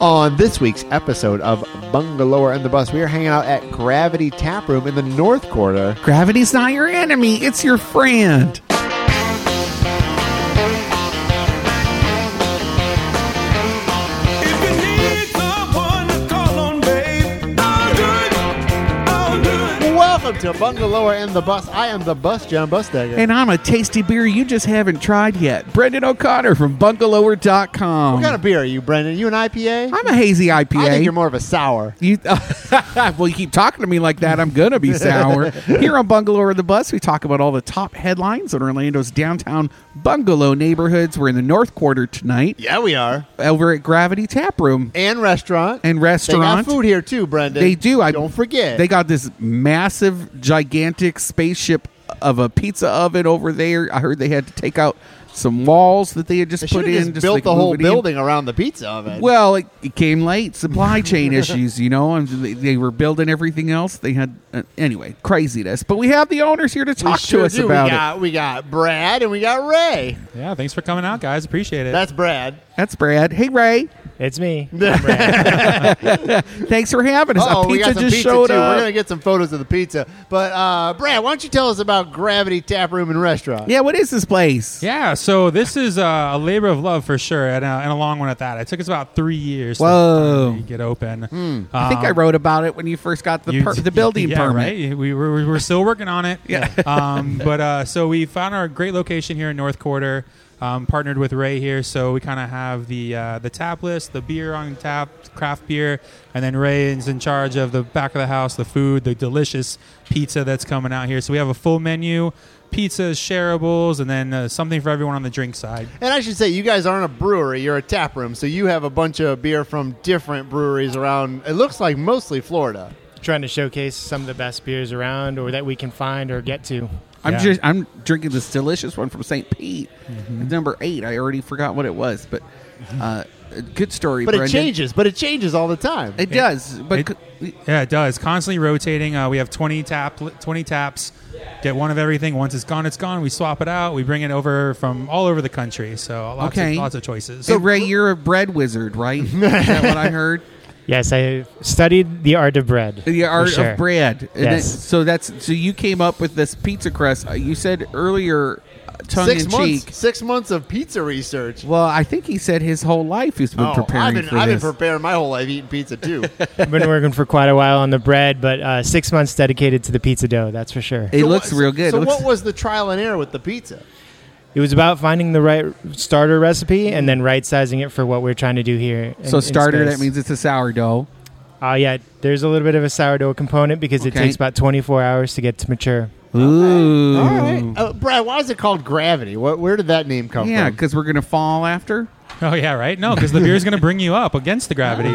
On this week's episode of Bungalower and the Bus, we are hanging out at Gravity Tap Room in the North Quarter. Gravity's not your enemy, it's your friend. If you need someone to call on, babe, I'll do it. I'll do it. Welcome to Bungalower and the Bus. I am the Bus John Busdagger. And I'm a tasty beer you just haven't tried yet. Brendan O'Connor from bungalower.com. what kind of beer are you, Brendan? You an IPA? I'm a hazy IPA. I think you're more of a sour. You- well, you keep talking to me like that. I'm gonna be sour. Here on Bungalow or the Bus, we talk about all the top headlines in Orlando's downtown bungalow neighborhoods. We're in the North Quarter tonight, Yeah, we are. over at Gravity Tap Room And restaurant. and They got Restaurant. food here too, Brendan. They do. I Don't forget. They got this massive, gigantic spaceship of a pizza oven over there. I heard they had to take out some walls that they had just They put should in. have just just built like the whole move it in. building around the pizza oven. Well, it, it came late. Supply chain issues, you know, and they, they were building everything else. They had uh, anyway craziness. But we have the owners here to we talk sure to us do. we about it. got, We got Brad and we got Ray. Yeah, thanks for coming out, guys. Appreciate it. That's Brad. That's Brad. Hey Ray, It's me. thanks for having us. Oh, Our we pizza got some just pizza showed too. We're gonna up. get some photos of the pizza. But uh, Brad, why don't you tell us about Gravity Tap Room and Restaurant? Yeah, what is this place? yeah, so this is uh, a labor of love for sure, and, uh, and a long one at that. It took us about three years Whoa. Hmm. to finally get open. Uh, I think I wrote about it when you first got the You- per- the building yeah, permit. Right? We were, we were still working on it. Yeah. um, but uh, so we found our great location here in North Quarter. Um, partnered with Ray here, so we kind of have the uh, the tap list, the beer on tap, craft beer, and then Ray is in charge of the back of the house, the food, the delicious pizza that's coming out here. So we have a full menu, pizzas, shareables, and then uh, something for everyone on the drink side. And I should say, you guys aren't a brewery; you're a tap room, so you have a bunch of beer from different breweries around. It looks like mostly Florida. Trying to showcase some of the best beers around or that we can find or get to. I'm Yeah. just I'm drinking this delicious one from St. Pete, Mm-hmm. number eight. I already forgot what it was, but uh, a good story. But it Brendan. changes. But it changes all the time. It does, but It- c- Yeah, it does. Constantly rotating. Uh, we have 20 tap 20 taps. Get one of everything. Once it's gone, it's gone. We swap it out. We bring it over from all over the country. So lots Okay. of lots of choices. So Ray, you're a bread wizard, right? Is that what I heard? Yes, I studied the art of bread. The for art sure. of bread. And Yes. that- so that's so you came up with this pizza crust. Uh, You said earlier, uh, tongue six in months. cheek. Six months of pizza research. Well, I think he said his whole life he's been Oh, preparing I've been, for I've this. been preparing my whole life eating pizza too. I've been working for quite a while on the bread, but uh, six months dedicated to the pizza dough, that's for sure. it looks real good. So, It looks- what was the trial and error with the pizza? It was about finding the right starter recipe and then right sizing it for what we're trying to do here. in- so in starter? space. That means it's a sourdough. Uh, yeah, there's a little bit of a sourdough component because it Okay. takes about 24 hours to get to mature. Ooh, All right, uh, Brad. Why is it called Gravity? What, where did that name come yeah, from? because we're gonna fall after. Oh yeah, right. No, because the beer is going to bring you up against the gravity. Oh.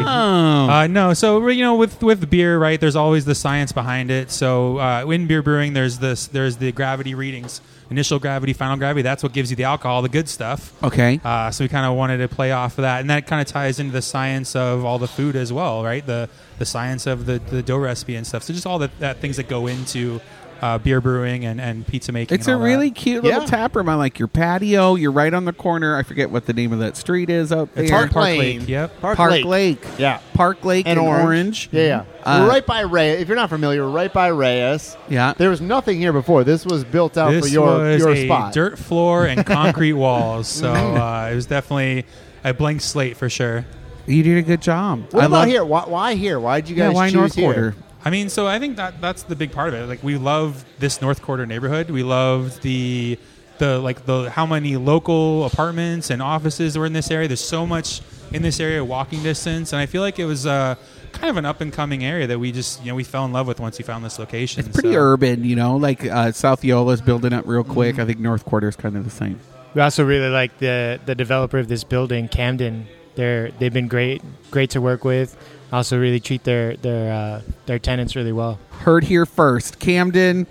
Oh. Uh, no, so you know, with with beer, right? There's always the science behind it. So uh, in beer brewing, there's this, there's the gravity readings, initial gravity, final gravity. That's what gives you the alcohol, the good stuff. Okay. Uh, so we kind of wanted to play off of that, and that kind of ties into the science of all the food as well, right? The the science of the, the dough recipe and stuff. So just all the that things that go into uh, beer brewing and, and pizza making. It's and a all that. really cute little Yeah. tap room. I like your patio. You're right on the corner. I forget what the name of that street is out there. It's Park Park Lane. Lake, yep. Park, Park Lake. Lake. Yeah. Park Lake and, And orange. Yeah, yeah. Uh, We're right by Reyes. If you're not familiar, we're right by Reyes. Yeah. There was nothing here before. This was built out this for your was your a spot. dirt floor and concrete walls. So uh, it was definitely a blank slate for sure. You did a good job. What I about love, here? Why, why here? Why did you Yeah, guys why choose North here? Quarter? I mean, so I think that that's the big part of it. Like we love this North Quarter neighborhood. We loved the the like the how many local apartments and offices were in this area. There's so much in this area, walking distance, and I feel like it was uh, kind of an up and coming area that we just you know we fell in love with once we found this location. It's pretty So- urban, you know. Like uh, South Eola's building up real quick. Mm-hmm. I think North Quarter's kind of the same. We also really like the the developer of this building, Camden. They're they've been great great to work with. Also, really treat their their uh, their tenants really well. Heard here first. Camden,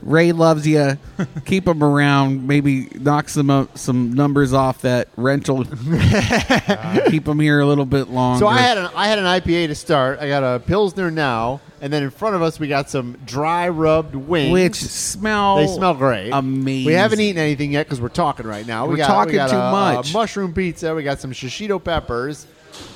Ray loves you. Keep him around. Maybe knock some uh, some numbers off that rental. Keep him here a little bit longer. So I had an I had an IPA to start. I got a Pilsner now, and then in front of us we got some dry rubbed wings. which smell. they smell great. Amazing. We haven't eaten anything yet because we're talking right now. We We're got, talking we got too a- a much. mushroom pizza. We got some shishito peppers.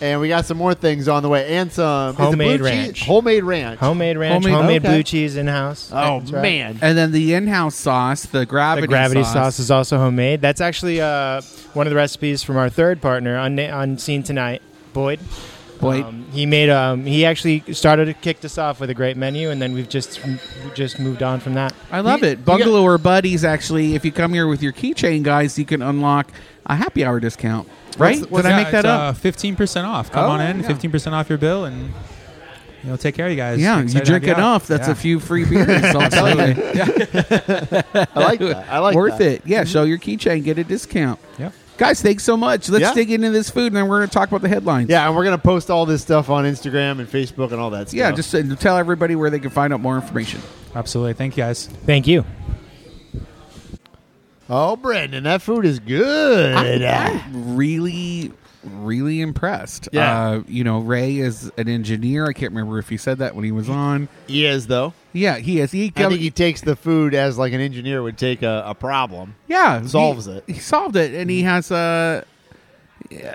and we got some more things on the way, and some is it blue Homemade cheese- ranch. homemade ranch. Homemade ranch, Homemade- homemade, okay. blue cheese in house. oh man, And then the in-house sauce, the gravity, the gravity sauce. is also homemade. That's actually uh, one of the recipes from our third partner on on scene tonight, Boyd. Boyd. Um, he made um, he actually started kicked us off with a great menu, and then we've just we just moved on from that. I love Um, You- you it. Bungalow or Buddies, actually, if you come here with your keychain, guys, you can unlock a happy hour discount. Right? what's Did I Yeah, make that it's, up? Uh, 15% off. Come Oh, on in. yeah. 15% off your bill and you know, take care of you uh, guys. yeah, you Excited to drink have out. enough. That's Yeah. a few free beers. Also. I like that. I like Worth that. Mm-hmm. it. Yeah, show your keychain, get a discount. Yeah. Guys, thanks so much. Let's Yeah. dig into this food, and then we're going to talk about the headlines. Yeah, and we're gonna post all this stuff on Instagram and Facebook and all that. stuff. Yeah, just uh, tell everybody where they can find out more information. Absolutely. Thank you guys. Thank you. oh, Brandon, that food is good. really really impressed Yeah. uh, you know ray is an engineer i can't remember if he said that when he was on he is though. yeah he is he, I think he takes the food as like an engineer would take a, a problem. yeah he- solves it. Mm. he solved it and he has a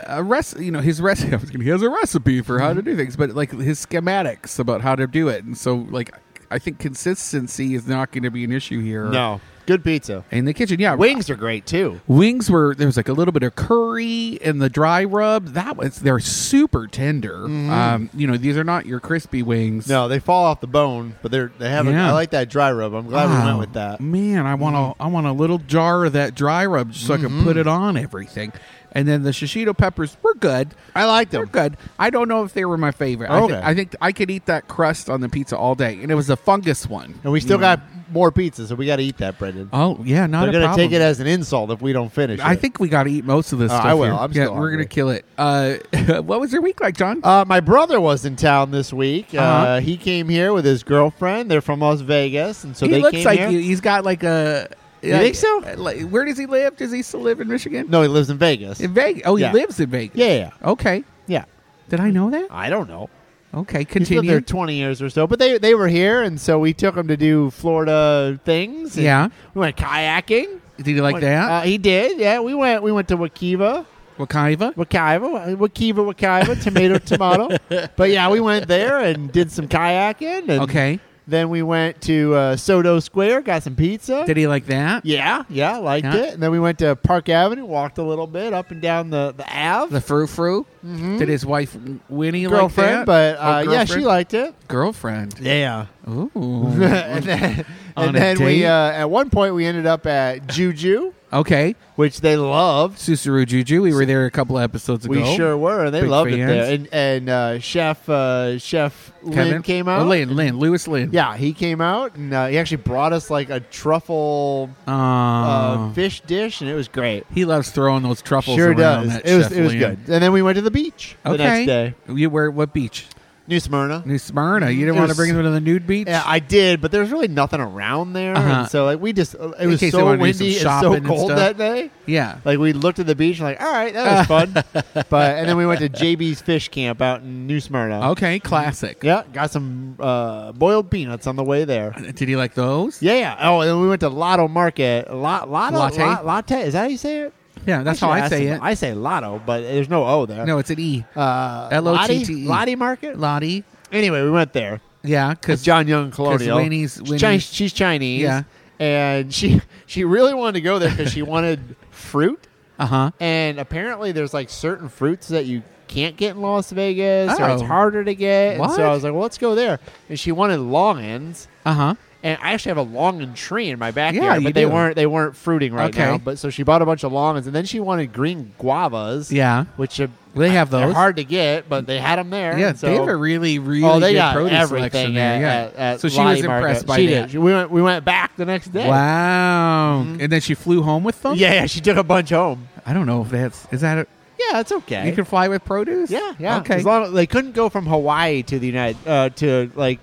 a rec- you know his recipe he has a recipe for how to do things but like his schematics about how to do it and so like i think consistency is not going to be an issue here No, good pizza. in the kitchen yeah Wings are great too. wings were there was like a little bit of curry in the dry rub that was they're super tender um you know these are not your crispy wings Mm-hmm. No, they fall off the bone, but they're they have. Yeah. A, I like that dry rub. I'm glad we went with that. Mm-hmm. man i want a i want a little jar of that dry rub so i can put it on everything and then the shishito peppers were good I liked they're them. good i don't know if they were my favorite I, thi- Okay. I think i could eat that crust on the pizza all day and it was a fungus one And we still got more pizza, so we got to eat that, Brendan. Mm. oh yeah not They're a gonna problem. take it as an insult if we don't finish. I it. think we got to eat most of this. Uh, stuff I will. here. I'm yeah, still we're gonna hungry. kill it. Uh, what was your week like, John? Uh, my brother was in town this week. uh Uh-huh. he came here with his girlfriend. They're from Las Vegas, and so he they looks came like here. you. he's got like a. You think so? Like, where does he live? Does he still live in Michigan? No, he lives in Vegas. in Vegas. Oh, Yeah. he lives in Vegas. yeah, yeah, Okay. yeah. Did I know that? I don't know. Okay. He's lived Continue. there 20 years or so, but they they were here, and so we took him to do Florida things. and Yeah. we went kayaking. Did you like Went- that? Uh, he did. Yeah, we went. We went to Wakiva, Wakaiva. Wakiva, Wakiva, Wakiva. tomato, tomato. But yeah, we went there and did some kayaking. And Okay. Then we went to uh, Soto Square, got some pizza. Did he like that? yeah, yeah, liked Yeah. it. And then we went to Park Avenue, walked a little bit up and down the the Ave. The frou frou. Did his wife Winnie Mm-hmm. girlfriend, like but that? Oh, uh, yeah, she girlfriend? liked it. girlfriend. Yeah. Ooh. and then, On and a then we date? uh, at one point we ended up at Juju, okay. which they loved. Susaru Juju. We were there a couple episodes ago. We sure were, and they Big loved it there. fans. And and uh, Chef uh, Chef Lynn Kevin came Oh, out. Lynn. Lynn. Lewis Lynn. Yeah, he came out, and uh, he actually brought us like a truffle Oh. uh, fish dish, and it was great. he loves throwing those truffles Sure around. does. That It was Chef it was Lynn. good. And then we went to the beach the next day, You were at what beach? New Smyrna. New Smyrna. You It didn't want to was- bring them to the nude beach. Yeah, I did, but there's really nothing around there, Uh-huh. and so like we just uh, it was case they so wanted to do some windy and shopping so and cold stuff. that day. yeah. Like we looked at the beach and like, all right, that was fun. But and then we went to JB's Fish Camp out in New Smyrna. Okay, classic. Yeah, got some uh, boiled peanuts on the way there. Did he like those? Yeah, yeah. Oh, and then we went to Lotto Market. Lot, Lotto, Latte? Lot- latte. Is that how you say it? Yeah, that's I how should I ask say them. it. I say Lotto, but there's no O there. no, it's an E. Uh, L-O-T-T-E. Lottie- Lottie Market. Lottie. Anyway, we went there. Yeah, It's because John Young Colonial. Winnie's- She's Winnie's- Chi- she's Chinese. Yeah. and she she really wanted to go there because she wanted fruit. uh huh. And apparently, there's like certain fruits that you can't get in Las Vegas, or it's Oh. harder to get. And What? so I was like, well, let's go there. And she wanted longans, Uh huh. and I actually have a longan tree in my backyard, Yeah, you but they do. weren't they weren't fruiting right Okay. now. But so she bought a bunch of longans, and then she wanted green guavas. Yeah. which are, They have they're those. hard to get, but they had them there. Yeah, and so, they have a really, really Oh, they good got produce everything selection there. at, yeah. at, at so she Lottie was Market. impressed by she that. Did. We went we went back the next day. Wow. And then she flew home with them. Yeah, yeah, she took a bunch home. I don't know if that's is that a, Yeah, that's okay. you can fly with produce. Yeah, yeah. Okay. As long as- they couldn't go from Hawaii to the United uh, to like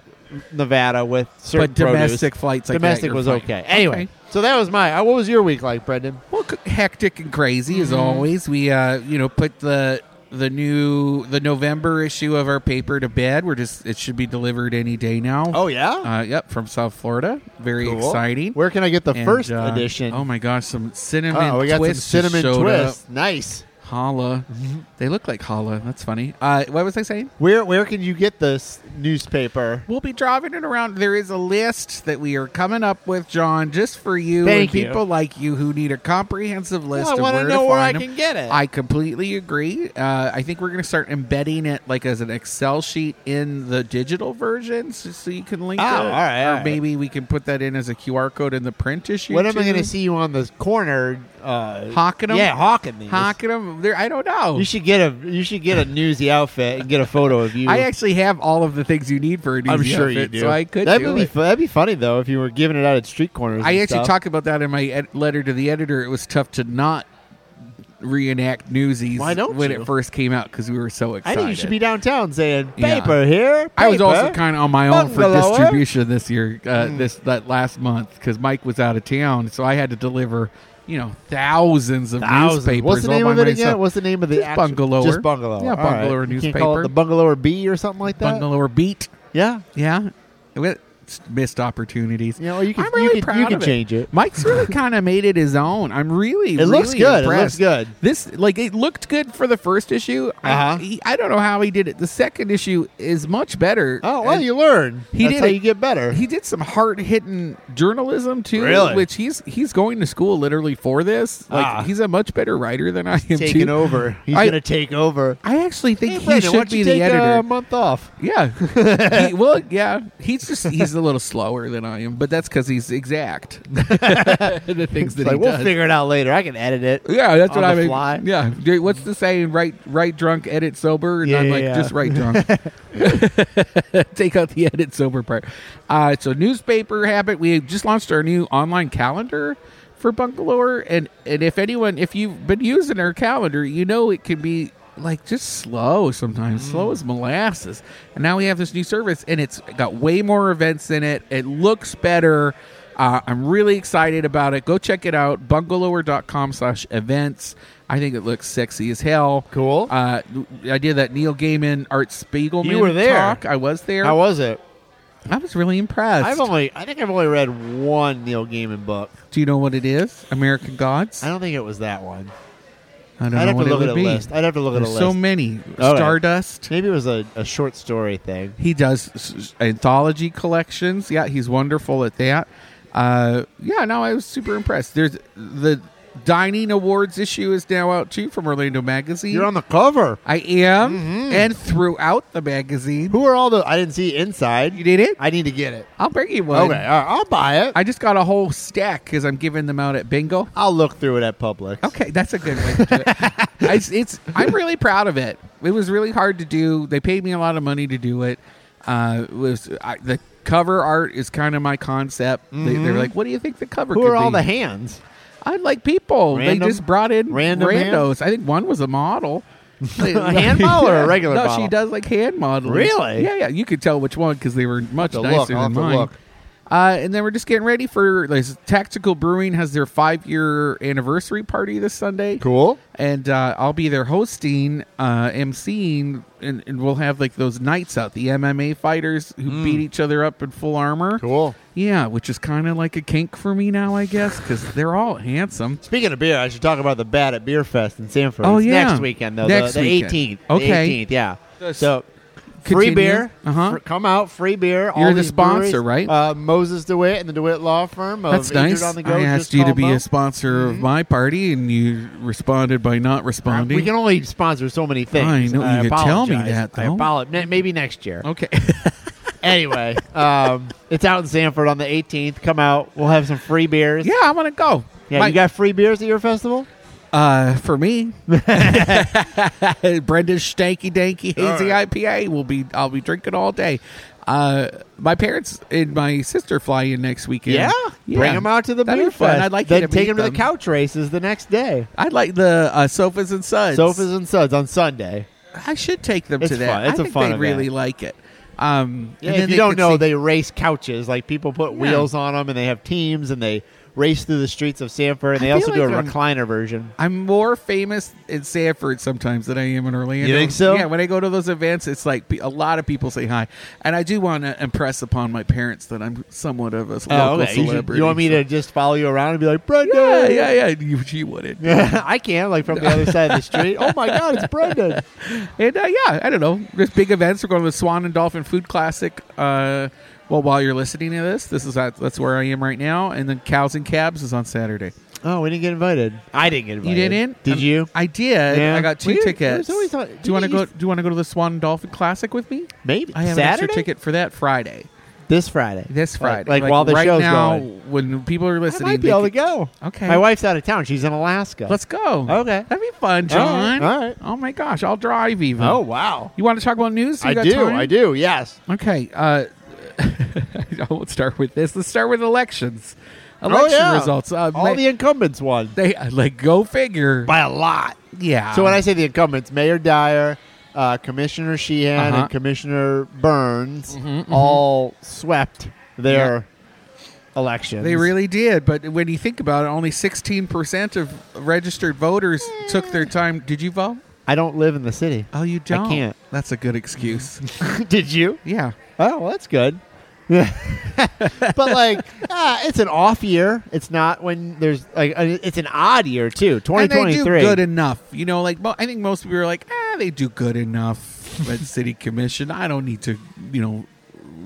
Nevada with certain but domestic produce. flights, like that, domestic you're was fine. okay. Anyway, so that was my. uh, what was your week like, Brendan? Well, c- hectic and crazy as Mm-hmm. always. We, uh, you know, put the the new the November issue of our paper to bed. We're just it should be delivered any day now. yeah, uh, yep, from South Florida. Very exciting. Where can I get the And, first uh, edition? Oh my gosh, some cinnamon Uh-oh, we got some twists just cinnamon Mm-hmm. showed twist. up. Nice. Holla. They look like Holla. That's funny. Uh, what was I saying? Where where can you get this newspaper? We'll be driving it around. There is a list that we are coming up with, John, just for you Thank and you. people like you who need a comprehensive list Well, I of want where to to know where I find 'em. can get it. I completely agree. Uh, I think we're going to start embedding it like as an Excel sheet in the digital version, so, so you can link Oh, it. all right, all or right. maybe we can put that in as a QR code in the print issue. when am I too. going to see you on the corner? Uh, Hawking 'em? Yeah, hawking these. Hocking them there. I don't know. You should get a you should get a newsy outfit and get a photo of you. I actually have all of the things you need for an easy I'm sure you outfit, do. So I could. That do would be it. fu- that'd be funny though if you were giving it out at street corners. I and actually stuff. talked about that in my ed- letter to the editor. It was tough to not reenact Newsies Why don't when you? it first came out because we were so I excited. think you should be downtown saying Yeah. paper here. I was also paper." kind of on my own for Bungalower. distribution this year, uh, Hmm. this that last month because Mike was out of town, so I had to deliver, you know, thousands of Thousands. newspapers. What's the all name by of it myself. again? What's the name of the Just actual- Bungalower. Just bungalow. Yeah, All right. Bungalower You can't call it newspaper. the bungalower bee or something like that. Bungalower Beat? Yeah, Yeah, Well, it's missed opportunities. you know you can I'm really you can, proud you can of it. change it. Mike's really kind of made it his own. I'm really. It looks really good. It Impressed. looks good. This like it looked good for the first issue. Uh-huh. I, he, I don't know how he did it. The second issue is much better. Oh well, And you learn. he That's did how it. you get better. he did some hard hitting journalism too. Really? Which he's he's going to school literally for this. Like Ah. he's a much better writer than I am. taking too. over. He's I- gonna take over. I actually think Hey, he Brandon, why should don't you be the take, editor. uh, a month off. Yeah. He- well, yeah. He's just he's a little slower than I am, but that's because he's exact. the things that It's like, he we'll does. figure it out later. I can edit it. yeah, that's on what I the mean. fly. Yeah. Dude, What's the saying? Right, right, drunk, edit sober, and Yeah, I'm yeah, like yeah. just right drunk. Take out the edit sober part. Uh, so newspaper habit. We just launched our new online calendar for Bungalower, and and if anyone, if you've been using our calendar, you know it can be like just slow sometimes, slow as molasses. And now we have this new service, and it's got way more events in it. It looks better. Uh, I'm really excited about it. Go check it out, bungalower.com slash events. I think it looks sexy as hell. Cool. Uh, I did that Neil Gaiman, Art Spiegelman You were there. talk. I was there. How was it? I was really impressed. I've only I think I've only read one Neil Gaiman book. Do you know what it is? American Gods? I don't think it was that one. I don't I'd know have to what it look would at a be. list. I'd have to look at a There's list. so many. All right. Stardust. Maybe it was a, a short story thing. He does s- s- anthology collections. Yeah, he's wonderful at that. Uh, yeah, no, I was super impressed. There's the Dining Awards issue is now out too from Orlando Magazine. You're on Mm-hmm. the cover. I am, and throughout the magazine. Who are all the? I didn't see inside. You did it? I need to get it. I'll bring you one. Okay, all right, I'll buy it. I just got a whole stack because I'm giving them out at bingo. I'll look through it at Publix. Okay, that's a good way to do it. it's, it's, I'm really proud of it. It was really hard to do. They paid me a lot of money to do it. Uh, it was I, the cover art is kind of my concept. They, they're like, "What do you think the cover?" Mm-hmm. Who could are all be? the hands? I like people. they Random- just brought in random randos. I think one was a model. A hand model Oh, or a regular No, model? she does like hand modeling. Really? Yeah, yeah. You could tell which one because they were much to nicer look. I'll than have to mine. look. Uh, and then we're just getting ready for this. Tactical Brewing has their five year anniversary party this Sunday Cool. and uh, I'll be there hosting, uh, emceeing, and, and we'll have like those nights out, the MMA fighters who beat each other up in full armor. Mm. Cool. Yeah, which is kind of like a kink for me now, I guess, because they're all handsome. Speaking of beer, I should talk about the Bat at Beer Fest in Sanford. Oh, It's yeah. next weekend though. Next the, the weekend. 18th. The Okay. 18th. Yeah. Yes. So free Continue. beer. Uh-huh. Fr- come out, free beer. all You're the these sponsor, breweries. right? Uh, Moses DeWitt and the DeWitt Law Firm. Of That's Injured nice. On the go, I Just asked you Call to be Mo. Mm-hmm. a sponsor of my party, and you responded by not responding. We can only sponsor so many things. I know, you could tell me apologize. that, I though. apolo- ne- Maybe next year. okay. anyway, um, it's out in Sanford on the 18th. Come out. We'll have some free beers. yeah, I want to go. Yeah, My- you got free beers at your festival? Uh, for me, Brenda's Stanky Danky Hazy IPA will be. I'll be drinking all day. Uh, my parents and my sister fly in next weekend. Bring them out to the That'd beer be fun. fest. I'd like you then to take meet them to the them. couch races the next day. I'd like the uh, sofas and suds. Sofas and suds on Sunday. I should take them It's to that. fun. It's I a think fun they'd event. really like it. Um, Yeah, and then if you they don't could know, see- they race couches. Like people put Yeah. wheels on them, and they have teams, and they race through the streets of Sanford, and I they feel also do a like um, I'm- recliner version. I'm more famous in Sanford sometimes than I am in Orlando. You think so? Yeah, when I go to those events, it's like pe- a lot of people say hi, and I do want to impress upon my parents that I'm somewhat of a local Oh, You, should- celebrity. you want me to just follow you around and be like, Brenda? Yeah, yeah, yeah. You, she wouldn't. I can, like from the other side of the street. Oh my God, it's Brendan. And uh, yeah, I don't know. There's big events. We're going to the Swan and Dolphin Food Classic. Uh, well, while you're listening to this, this is at, that's where I am right now. And then Cows and Cabs is on Saturday. Oh, we didn't get invited. I didn't get You didn't? Did Um, you? I did. Yeah. I got two We- tickets. there's always a- do you want to you go? used- Do you want to go to the Swan and Dolphin Classic with me? Maybe. I have Saturday? an extra ticket for that Friday. this Friday. This Like- Friday, like, while the right show's now, going. when people are I listening, might be they able to can- go. Okay, My wife's out of town. She's in Alaska. let's go. Okay. that'd be fun, John. All right. Oh my gosh, I'll drive even. Oh wow. you want to talk about news? You I got do. time? I do. Yes. Okay, uh, I won't start with this. Let's start with elections. Election oh, yeah. results. Uh, All ma- the incumbents won they uh, like go figure. by a lot. yeah. So when I say the incumbents, Mayor Dyer, uh, Commissioner Sheehan, Uh-huh. and Commissioner Burns all swept their elections. They really did, but when you think about it, only 16% of registered voters took Eh. their time. Did you vote? I don't live in the city. Oh, you don't. can't. That's a good excuse. Did you? yeah. Oh, well, that's good. Yeah. but like, ah, it's an off year. It's not when there's like uh, it's an odd year too. Twenty And they twenty do three. good enough. You know, like mo- I think most people are like, ah, they do good enough at city commission. I don't need to, you know,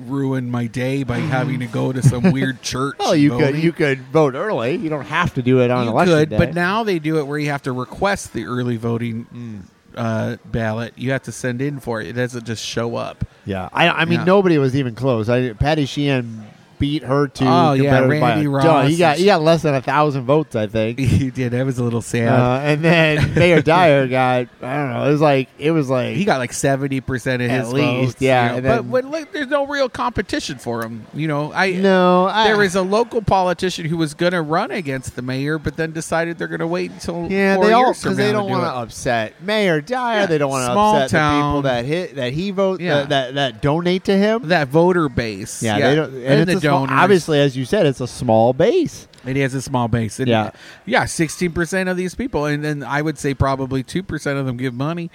ruin my day by having to go to some weird church. Well, you voting. could you could vote early. You don't have to do it on You election could, day. but now they do it where you have to request the early voting Mm. uh, ballot. You have to send in for it. It doesn't just show up. yeah, I, I mean Yeah. nobody was even close. I, Patty Sheehan beat her to. Oh, yeah, competitive by Randy a Ross ton. He and got he sh- got less than a thousand votes, I think. you did. That was a little sad. Uh, and then Mayor Dyer got I don't know. It was like it was like he got like seventy percent of At his least, votes, yeah, you know. and then- but when, like, there's no real competition for him. You know, I no. I, there was a local politician who was going to run against the mayor, but then decided they're going to wait until Yeah, four they all years from because they now don't to do want to it. upset Mayor Dyer. Yeah, They don't want to small upset the people town. that hit that he vote Yeah. that, that that donate to him. that voter base. yeah, they don't. And, and, it's the a small- donors. obviously, as you said, it's a small base. It has a small base. And Yeah. yeah, sixteen percent of these people, and then I would say probably two percent of them give money,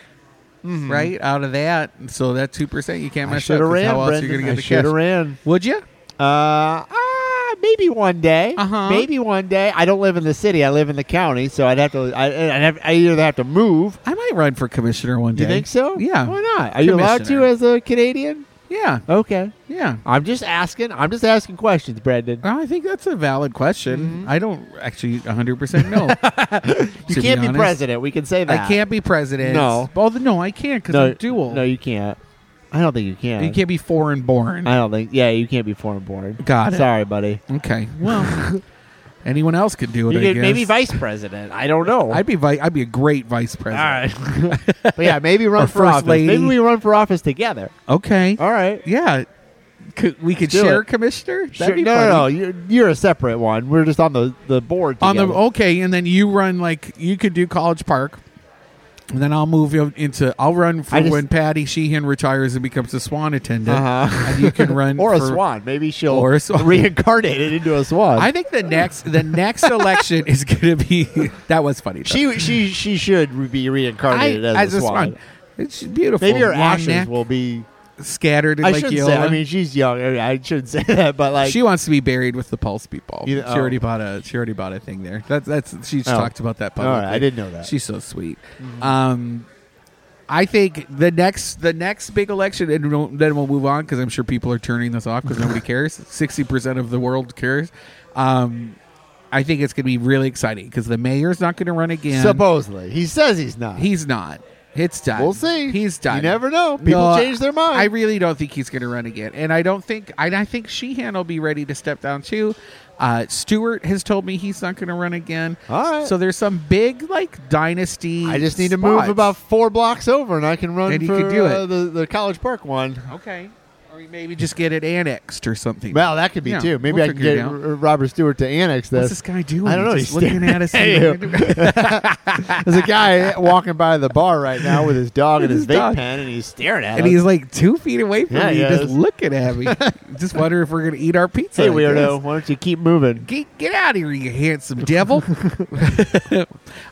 right? Out of that, And so that two percent you can't Mm-hmm. I mess should up. have 'cause ran. how else Brendan. you're I going to should get have the cash? ran. Would you? Uh, ah, maybe one day. Uh-huh. Maybe one day. I don't live in the city. I live in the county, so I'd have to. I, I'd have, I either have to move. I might run for commissioner one day. You think so? Yeah. Why not? Are you allowed to Commissioner. as a Canadian? Yeah. Okay. Yeah. I'm just asking. I'm just asking questions, Brendan. Well, I think that's a valid question. Mm-hmm. I don't actually 100% know. You To can't be, honest. president. We can say that. I can't be president. No. Well, no, I can't because No, I'm dual. No, you can't. I don't think you can. you can't be foreign born. I don't think. Yeah, you can't be foreign born. Got it. Sorry, buddy. okay. Well, anyone else could do it, You I could guess. maybe vice president. I don't know. I'd be vi- I'd be a great vice president. but yeah, maybe run Or for first office. lady. Maybe we run for office together. Okay. All right. Yeah. Could, we could do share it. commissioner. That'd Sure. be No, funny. no, no. You're, you're a separate one. We're just on the the board. on the together. okay, and then you run like you could do College Park, and then I'll move you into I'll run for I just- when Patty Sheehan retires and becomes a swan attendant, Uh-huh. and you can run or a for- swan. Maybe she'll Or a swan. reincarnate it into a swan. I think the next the next election is going to be that was funny. though. she she she should be I, reincarnated as, a swan. It's beautiful. Maybe her Long ashes neck, will be. scattered in I Lake shouldn't say. Eola. I mean, she's young. I, mean, I shouldn't say that, but like she wants to be buried with the Pulse people. You- she oh. already bought a she already bought a thing there. That's that's she's Oh. talked about that publicly. All right, I didn't know that. Mm-hmm. She's so sweet. Um, I think the next the next big election, and we'll- then we'll move on because I'm sure people are turning this off because nobody cares. Sixty percent of the world cares. Um, I think it's going to be really exciting because the mayor's not going to run again. supposedly he says he's not. He's not. It's done. We'll see. He's done. You never know. People change their mind. I really don't think he's going to run again, and I don't think. And I think Sheehan will be ready to step down too. Uh, Stewart has told me he's not going to run again. All right. So there's some big like dynasty. I just need to spots. move about four blocks over, and I can run And you for could do uh, it. the the College Park one. Okay. Or we maybe just get it annexed or something. Well, that could be Yeah, too. Maybe we'll I can figure it get out. R- Robert Stewart to annex this. What's this guy doing? I don't know. He's, He's looking staring at us. at There's a guy walking by the bar right now with his dog and his, His vape dog. pen, and he's staring at and us. he's like two feet away from Yeah, me, he just is. looking at me. just wonder if we're gonna eat our pizza. hey, I weirdo, guess. why don't you keep moving? Get, get out of here, you handsome devil!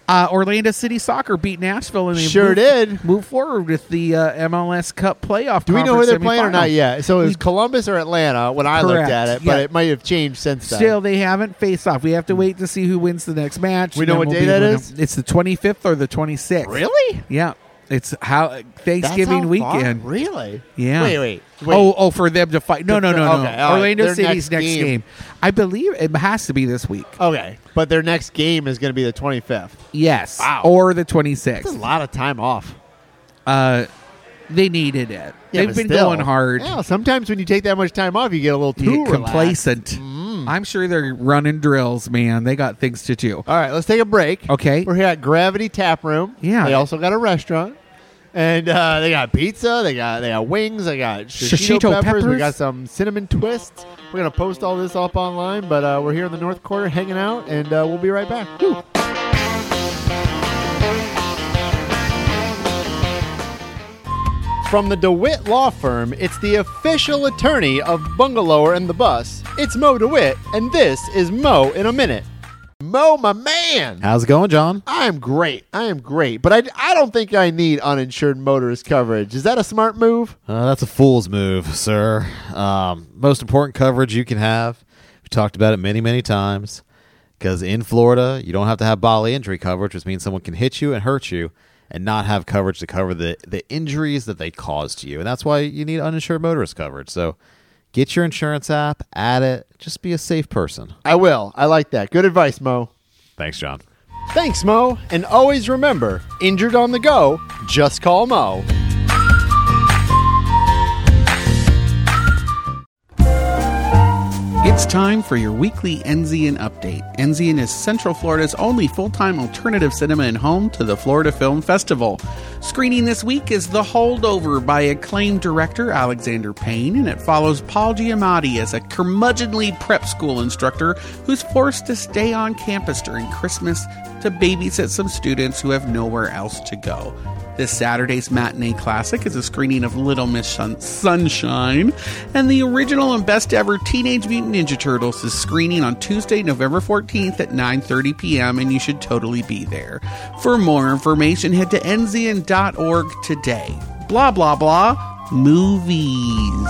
uh, Orlando City Soccer beat Nashville, and they Sure moved, did. Move forward with the uh, MLS Cup playoff. Do we know who conference they're playing or not semifinal. yet? So it was We- Columbus or Atlanta when I Correct, looked at it, but yeah. it might have changed since then. Still, they haven't faced off. We have to wait to see who wins the next match. We and know then what we'll day be that able is? to- It's the 25th or the 26th. really? Yeah. It's how That's Thanksgiving how far? weekend. Really? Yeah. Wait, wait, wait. Oh, oh, for them to fight. No, To- no, no, okay, no. all right. Orlando Their City's next next game. game. Oh. I believe it has to be this week. Okay, but their next game is going to be the 25th. Yes. Wow. Or the That's a 26th. lot of time off. Uh, they needed it. Yeah, They've but been still. going hard. Yeah, sometimes when you take that much time off, you get a little You too get relaxed. Mm. complacent. I'm sure they're running drills, man. They got things to do. All right, let's take a break. Okay. We're here at Gravity Tap Room. Yeah. They also got a restaurant. And uh, they got pizza, they got they got wings, they got shishito, Shishito peppers, we peppers? got some cinnamon twists. We're gonna post all this up online, but uh, we're here in the North Quarter hanging out, and uh, we'll be right back. From the DeWitt Law Firm, it's the official attorney of Bungalower and the Bus. It's Mo DeWitt, and this is Mo in a Minute. Mo, my man! How's it going, John? I'm great. I am great. But I, I don't think I need uninsured motorist coverage. Is that a smart move? Uh, that's a fool's move, sir. Um, most important coverage you can have. We talked about it many, many times. Because in Florida, you don't have to have bodily injury coverage, which means someone can hit you and hurt you and not have coverage to cover the, the injuries that they caused you. And that's why you need uninsured motorist coverage. So get your insurance app, add it, just be a safe person. I will. I like that. Good advice, Mo. Thanks, John. Thanks, Mo. And always remember injured on the go, just call Mo. It's time for your weekly Enzian update. Enzian is Central Florida's only full time alternative cinema and home to the Florida Film Festival. Screening this week is The Holdover by acclaimed director Alexander Payne, and it follows Paul Giamatti as a curmudgeonly prep school instructor who's forced to stay on campus during Christmas to babysit some students who have nowhere else to go. This Saturday's matinee classic is a screening of Little Miss Shun- Sunshine, and the original and best ever Teenage Mutant Ninja Turtles is screening on Tuesday, November 14th at 9:30 p.m. and you should totally be there. For more information, head to nzn.org today. Blah blah blah movies.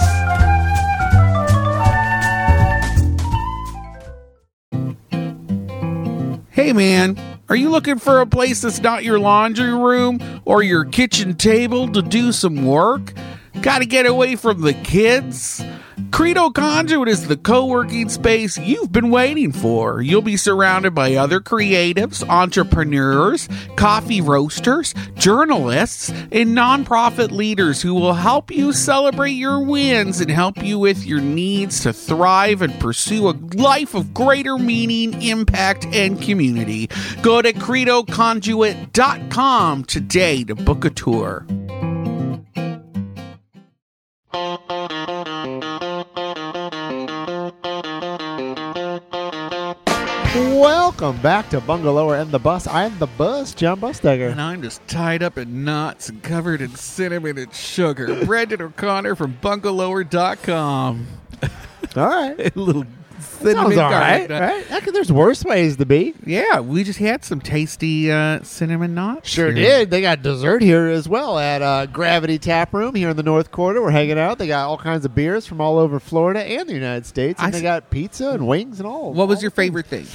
Hey man, are you looking for a place that's not your laundry room or your kitchen table to do some work? Gotta get away from the kids? Credo Conduit is the co working space you've been waiting for. You'll be surrounded by other creatives, entrepreneurs, coffee roasters, journalists, and nonprofit leaders who will help you celebrate your wins and help you with your needs to thrive and pursue a life of greater meaning, impact, and community. Go to credoconduit.com today to book a tour. Welcome back to Bungalower and the Bus. I'm the bus, John Bustegger. And I'm just tied up in knots and covered in cinnamon and sugar. Brendan O'Connor from bungalower.com. All right. A little cinnamon Sounds all right, garlic knot. right? Heck, there's worse ways to be. Yeah, we just had some tasty uh, cinnamon knots. Sure here. did. They got dessert here as well at uh, Gravity Tap Room here in the North Quarter. We're hanging out. They got all kinds of beers from all over Florida and the United States, and I they s- got pizza and wings and all. What was all your the things. favorite thing?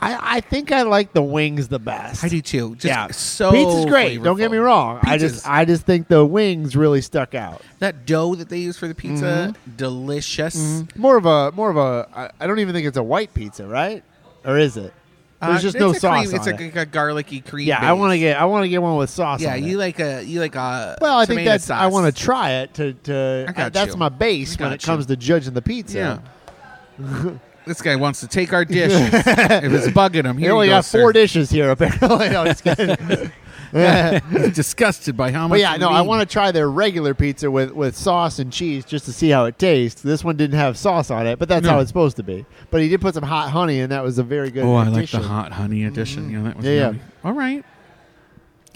I, I think I like the wings the best. I do too. Just Yeah. so Pizza's great. Don't get flavorful. me wrong. I Pizza's- just I just think the wings really stuck out. that dough that they use for the pizza, Mm-hmm. delicious. More of a more of a. I, I don't even think it's a white pizza, right? Or is it? Uh, There's just it's no a sauce Cream, it's on like it. a garlicky cream. Yeah, I want to base. get I want to get one with sauce. Yeah, on you It. like a you like a Well, I think tomato that's sauce. I want to try it to to. I got that's you. my base I when got it comes to judging the pizza. Yeah. this guy wants to take our dishes. if it's bugging him, He here only you go, got four sir. dishes here apparently. No, just kidding. He's disgusted by how much. But yeah, no, I meat- want to try their regular pizza with, with sauce and cheese just to see how it tastes. This one didn't have sauce on it, but that's No. how it's supposed to be. But he did put some hot honey, and that was a very good. Oh, I like the addition. hot honey edition. Yeah, that Mm-hmm. was Yeah, yeah. really- All right.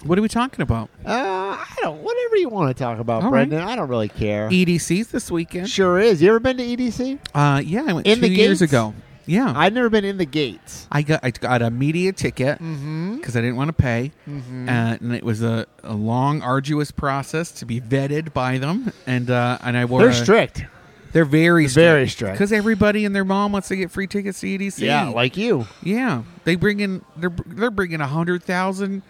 What are we talking about? Uh, I don't. Whatever you want to talk about, All right. E- Brendan. I don't really care. EDCs this weekend. sure is. You ever been to EDC? Uh, yeah, I went In two the years gates? ago. Yeah, I, I've never been in the gates. got I got a media ticket because Mm-hmm. I didn't want to pay, uh, and it was a, a long, arduous process to be vetted by them, and uh, and I wore They're a- strict. They're very strict. Very strict. because everybody and their mom wants to get free tickets to EDC. Yeah, like you. yeah, they bring in they're they're bringing a hundred thousand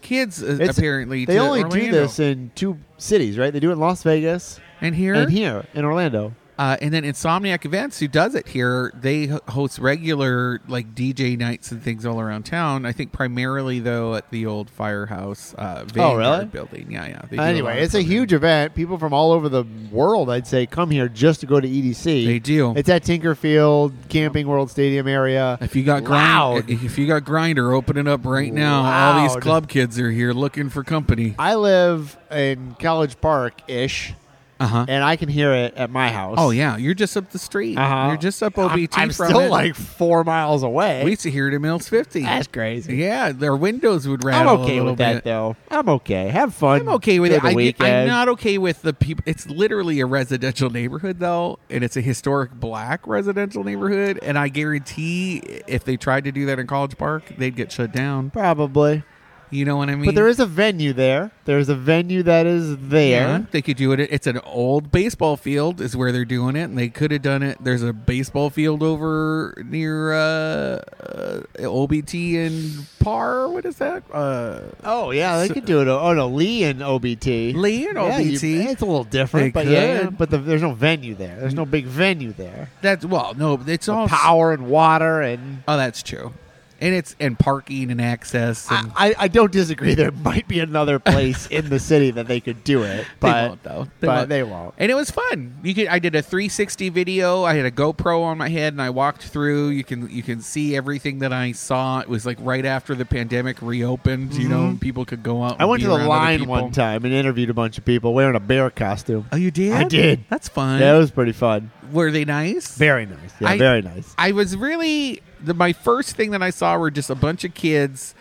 kids uh, It's- apparently. They to only do Orlando. this in two cities, right? They do it in Las Vegas and here and here in Orlando. Uh, and then Insomniac Events, who does it here, they h- host regular like DJ nights and things all around town. I think primarily though at the old firehouse, uh, Vanguard Oh, really? building. Yeah, yeah. They do lot Anyway, of it's a stuff. huge event. People from all over the world, I'd say, come here just to go to EDC. They do. It's at Tinkerfield Camping World Stadium area. If you got Loud. grind, if you got grinder, open it up right now. All these Loud. club kids are here looking for company. I live in College Park ish, Uh huh. and I can hear it at my house. Oh yeah, you're just up the street. Uh-huh. You're just up I'm, OBT I'm from still it. like four miles away. we used to hear it at Mills Fifty. That's crazy. Yeah, their windows would I'm rattle. okay a little with that bit. though. I'm okay. Have fun. I'm okay with Enjoy it. I, The do- weekend. I'm not okay with the people. It's literally a residential neighborhood, though, and it's a historic black residential neighborhood. And I guarantee, if they tried to do that in College Park, they'd get shut down. probably, You know what I mean? but there is a venue there. There's a venue that is there. Yeah, they could do it. It's an old baseball field, is where they're doing it, and they could have done it. There's a baseball field over near uh, uh, OBT and Par. What is that? Uh, Oh yeah, they could do it. Oh no, Lee and OBT. Lee and Yeah, you- OBT. it's a little different, They but yeah, could. but the, there's no venue there. There's no big venue there. That's well, no, it's Oh, all s- Power and water and. Oh, that's true. And it's and parking and access and I, I- I don't disagree. There might be another place in the city that they could do it, but they won't though. They but won't. they won't. and it was fun. You could I did a 360 video. I had a GoPro on my head and I walked through. You can you can see everything that I saw. It was like right after the pandemic reopened. You know, and people could go out. Mm-hmm. And I went be to the around other line people. one time and interviewed a bunch of people wearing a bear costume. Oh, you did? I did. That's fun. That was pretty fun. Were they nice? Very nice. Yeah, I- very nice. I was really the, my first thing that I saw were just a bunch of kids.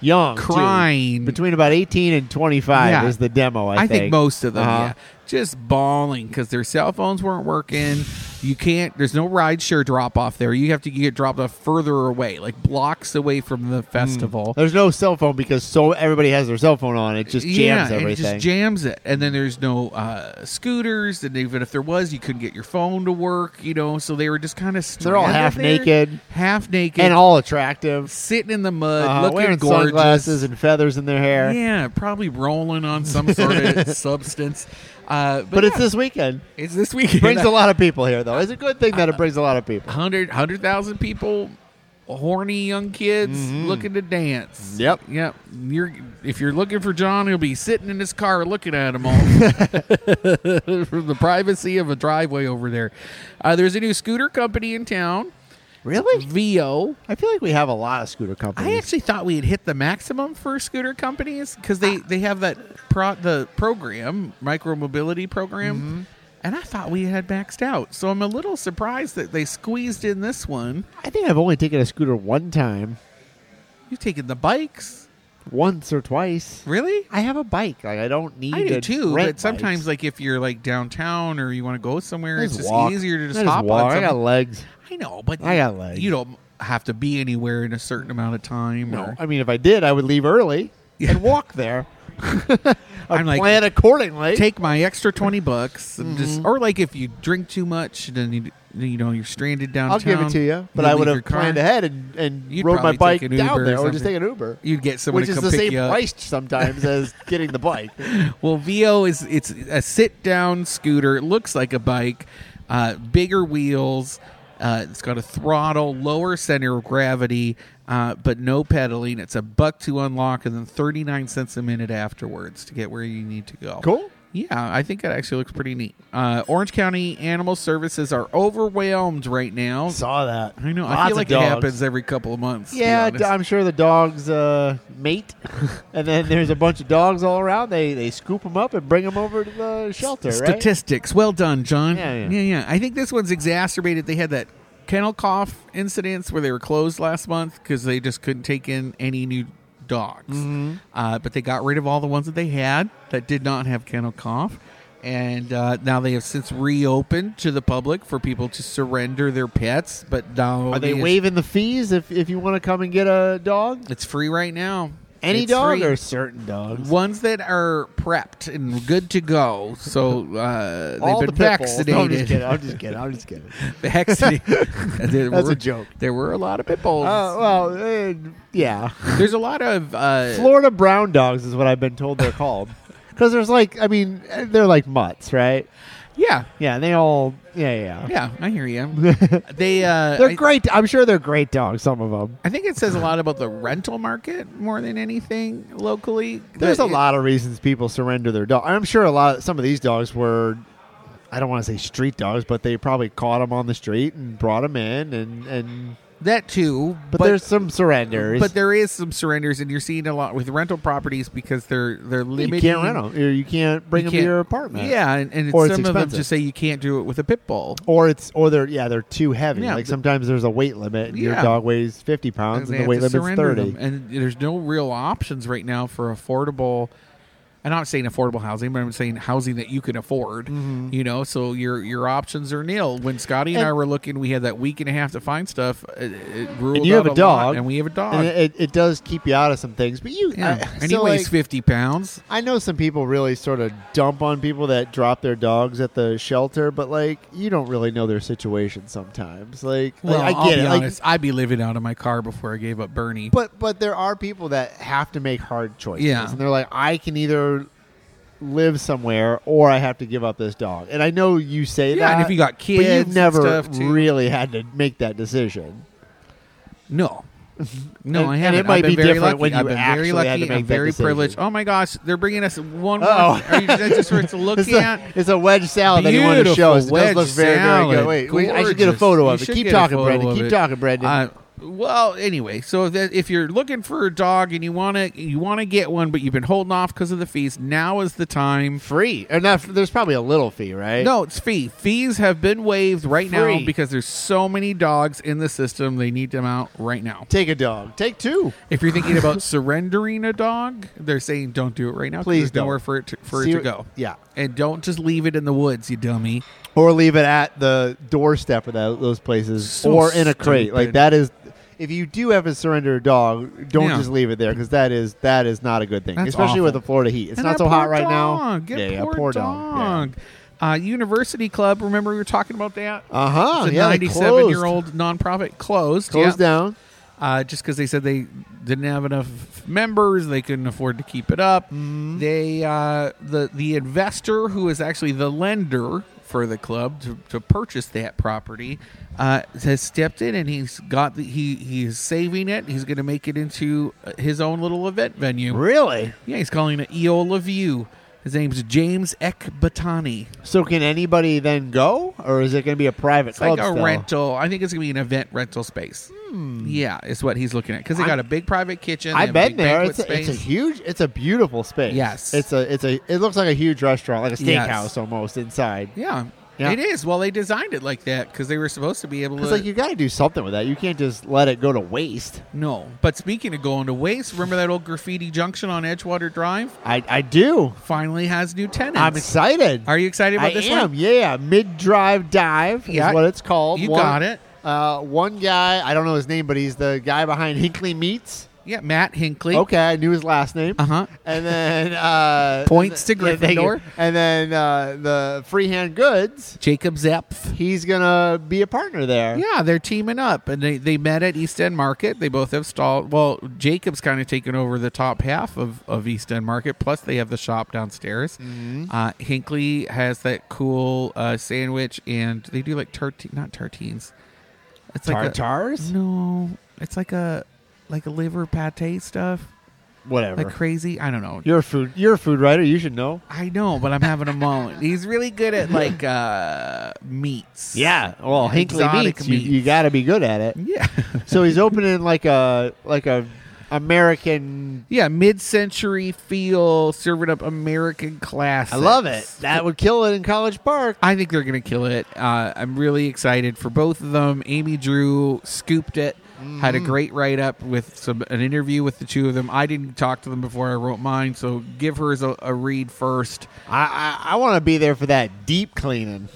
Young, too. Crying. between about eighteen and twenty-five Yeah. is the demo. I, I, think. most of them, Uh-huh. yeah, just bawling because their cell phones weren't working. You can't. There's no rideshare drop off there. You have to get dropped off further away, like blocks away from Hmm. the festival. There's no cell phone because so everybody has their cell phone on. It just jams yeah, and it everything. just jams it. And then there's no uh, scooters, and even if there was, you couldn't get your phone to work. You know, so they were just kind of they're all half naked half naked, and all attractive, sitting in the mud, uh, looking wearing gorgeous, sunglasses and feathers in their hair. yeah, probably rolling on some sort of substance. Uh, but But it's yeah, this weekend. it's this weekend. brings a lot of people here, though. It's a good thing that it brings a lot of people. 100 100,000 people horny young kids looking to dance. Yep. Mm-hmm. Yep. You're if you're looking for John, he'll be sitting in his car looking at him all from the privacy of a driveway over there. Uh, there's a new scooter company in town, Really? VO. I feel like we have a lot of scooter companies. I actually thought we had hit the maximum for scooter companies because they, they have that pro, the program micro mobility program, and I thought we had maxed out. So I'm a little surprised that they squeezed in this one. I think I've only taken a scooter one time, You've taken the bikes, once or twice. really? I have a bike. Like I don't need. I do to too, rent but sometimes bikes. like if you're like downtown or you want to go somewhere, I it's just walk. easier to I just hop walk. on. I got something. legs. I know, but I got legs. You don't have to be anywhere in a certain amount of time. No, or- I mean if I did, I would leave early and walk there. I I'm like- plan accordingly. take my extra 20 bucks and Mm-hmm. just or like if you drink too much then you you know you're stranded downtown I'll give it to you, but you I would leave your have car, planned ahead and, and You'd rode my probably take bike an down Uber or there, or just something. take an Uber, you'd get someone which to is come the pick same you up. price sometimes as getting the bike. well vo is it's a sit down scooter it looks like a bike uh, bigger wheels uh, it's got a throttle lower center of gravity uh, but no pedaling it's a buck to unlock and then 39 cents a minute afterwards to get where you need to go Cool. Yeah. Yeah, I think that actually looks pretty neat. Uh, Orange County Animal Services are overwhelmed right now. Saw that. I know. Lots I of feel like dogs. it happens every couple of months. to be Yeah, honest. d- I'm sure the dogs uh, mate, and then there's a bunch of dogs all around. They they scoop them up and bring them over to the shelter. right? Statistics. Well done, John. Yeah, yeah. yeah, I think this one's exacerbated. They had that kennel cough incidents where they were closed last month because they just couldn't take in any new dogs. Mm-hmm. Uh, but they got rid of all the ones that they had that did not have kennel cough. And uh, now they have since reopened to the public for people to surrender their pets. But now Are they it's- waiving the fees if, if you want to come and get a dog? It's free right now. Any It's dog free. or certain dogs? Ones that are prepped and good to go, so uh, they've All been the pit bulls. vaccinated. No, I'm just kidding. I'm just kidding. I'm just kidding. Vaccinated. there That's were, a joke. There were a lot of pit bulls. Uh, well, uh, yeah. There's a lot of uh, Florida brown dogs is what I've been told they're called. Because there's like, I mean, uh, they're like mutts, right? yeah, Yeah, they all, yeah, yeah. yeah. I hear you. they uh, They're I- great. I'm sure they're great dogs. Some of them. I think it says a lot about the rental market more than anything locally. There's a That it- lot of reasons people surrender their dog. I'm sure a lot. Some of these dogs were, I don't want to say street dogs, but they probably caught them on the street and brought them in, and and that too, but, there's some surrenders. But there is some surrenders, and you're seeing a lot with rental properties because they're they're you limiting. can't rent them. You can't bring You them to can't- your apartment. Yeah, and, and it's Or some it's of them expensive. just say you can't do it with a pit bull. Or it's or they're yeah they're too heavy. Yeah, like the- sometimes there's a weight limit. And Your Yeah. dog weighs 50 pounds and They the have weight to limit's surrender 30. them. And there's no real options right now for affordable. And I'm not saying affordable housing, but I'm saying housing that you can afford. You know, so your your options are nil. When Scotty and, I Mm-hmm. And- were looking, we had that week and a half to find stuff. It, it ruled you have out a lot, dog. and we have a dog. And it, it does keep you out of some things, but you yeah. I- and he so, weighs like, 50 pounds. I know some people really sort of dump on people that drop their dogs at the shelter, but like you don't really know their situation sometimes. Like, like, Well, I I get will it. be like- honest, I'd be living out of my car before I gave up Bernie. but but there are people that have to make hard choices, Yeah. and they're like, I can either live somewhere or I have to give up this dog. And I know you say yeah, that, and if you got but kids, you've and never stuff too. really had to make that decision. No. No, And- I and haven't. it might I've been be very different lucky. when you I've been very actually lucky. had to make I'm that very decision. privileged. Oh my gosh, they're bringing us one. Uh-oh. more. Are you that just for us to look It's at? a, it's a wedge salad Oh, that he wanted to show us. It does wedge look very, very good. salad. Wait, wait, I should get a Gorgeous. photo You of it. should Keep get a talking, photo Brendan. of Keep it. talking, Brendan. Uh, well, anyway, so if that, if you're looking for a dog and you want to you want to get one, but you've been holding off because of the fees, now is the time. free. Or not, there's probably a little fee, right? No, it's fee. Fees have been waived right Free. now because there's so many dogs in the system. They need them out right now. Take a dog. Take two. If you're thinking about surrendering a dog, they're saying don't do it right now. 'cause Please there's don't. nowhere for it to, for See- it to go. Yeah. And don't just leave it in the woods, you dummy. Or leave it at the doorstep of tho- those places So or in a crate. stupid. Like that is if you do have to surrender a dog, don't Yeah. just leave it there because that is that is not a good thing, That's especially with the awful. Florida heat. It's And not that so hot poor right now. dog. Get yeah, yeah, poor, poor dog. dog. Uh, University Club. Remember we were talking about that. Uh huh. It's a Yeah, they 97 year closed. old nonprofit closed. closed yeah. down. Uh, just because they said they didn't have enough members, they couldn't afford to keep it up. Mm-hmm. They uh, the the investor who is actually the lender for the club to, to purchase that property uh, has stepped in and he's got the, he he's saving it. He's going to make it into uh, his own little event venue. Really? Yeah, he's calling it Eola View. His name's James Ekbatani. So can anybody then go, or is it going to be a private It's club like a still? rental. I think it's gonna be an event rental space. Hmm. Yeah, is what he's looking at because they got a big private kitchen. they I've have been big there. banquet It's a, it's a space. huge. It's a beautiful space. Yes. It's a. It's a. It looks like a huge restaurant, like a Yes. steakhouse almost inside. yeah, Yeah. it is. Well, they designed it like that because they were supposed to be able to. It's like you got to do something with that. You can't just let it go to waste. no, but speaking of going to waste, remember that old graffiti junction on Edgewater Drive? I. I do. Finally has new tenants. I'm excited. Are you excited about I this am. one? Yeah. Mid drive dive Yeah. is what it's called. You One- got it. Uh, one guy. I don't know his name, but he's the guy behind Hinkley Meats. Yeah, Matt Hinkley. Okay, I knew his last name. Uh huh. and then uh, Points to yeah, thank you. Gryffindor. and then uh, the freehand goods. Jacob Zepf. He's gonna be a partner there. Yeah, they're teaming up, and they, they met at East End Market. They both have stall. Well, Jacob's kind of taken over the top half of, of East End Market. Plus, they have the shop downstairs. Uh, Hinkley has that cool uh, sandwich, and they do like tartine, not tartines. It's like a- Tartars. no, it's like a like a liver pate stuff. Whatever. Mm-hmm. like crazy. I don't know. you're a food. You're a food writer. You should know. I know, but I'm having a moment. He's really good at like uh meats. Well, Hinkley Exotic meats. You, you meats. got to be good at it. Yeah. so he's opening like a like a American. Yeah, mid-century feel, serving up American classics. I love it. That would kill it in College Park. I think they're going to kill it. Uh, I'm really excited for both of them. Amy Drew scooped it. Had Mm-hmm. a great write up with some an interview with the two of them. I didn't talk to them before I wrote mine, so give hers a, a read first. I I, I want to be there for that deep cleaning.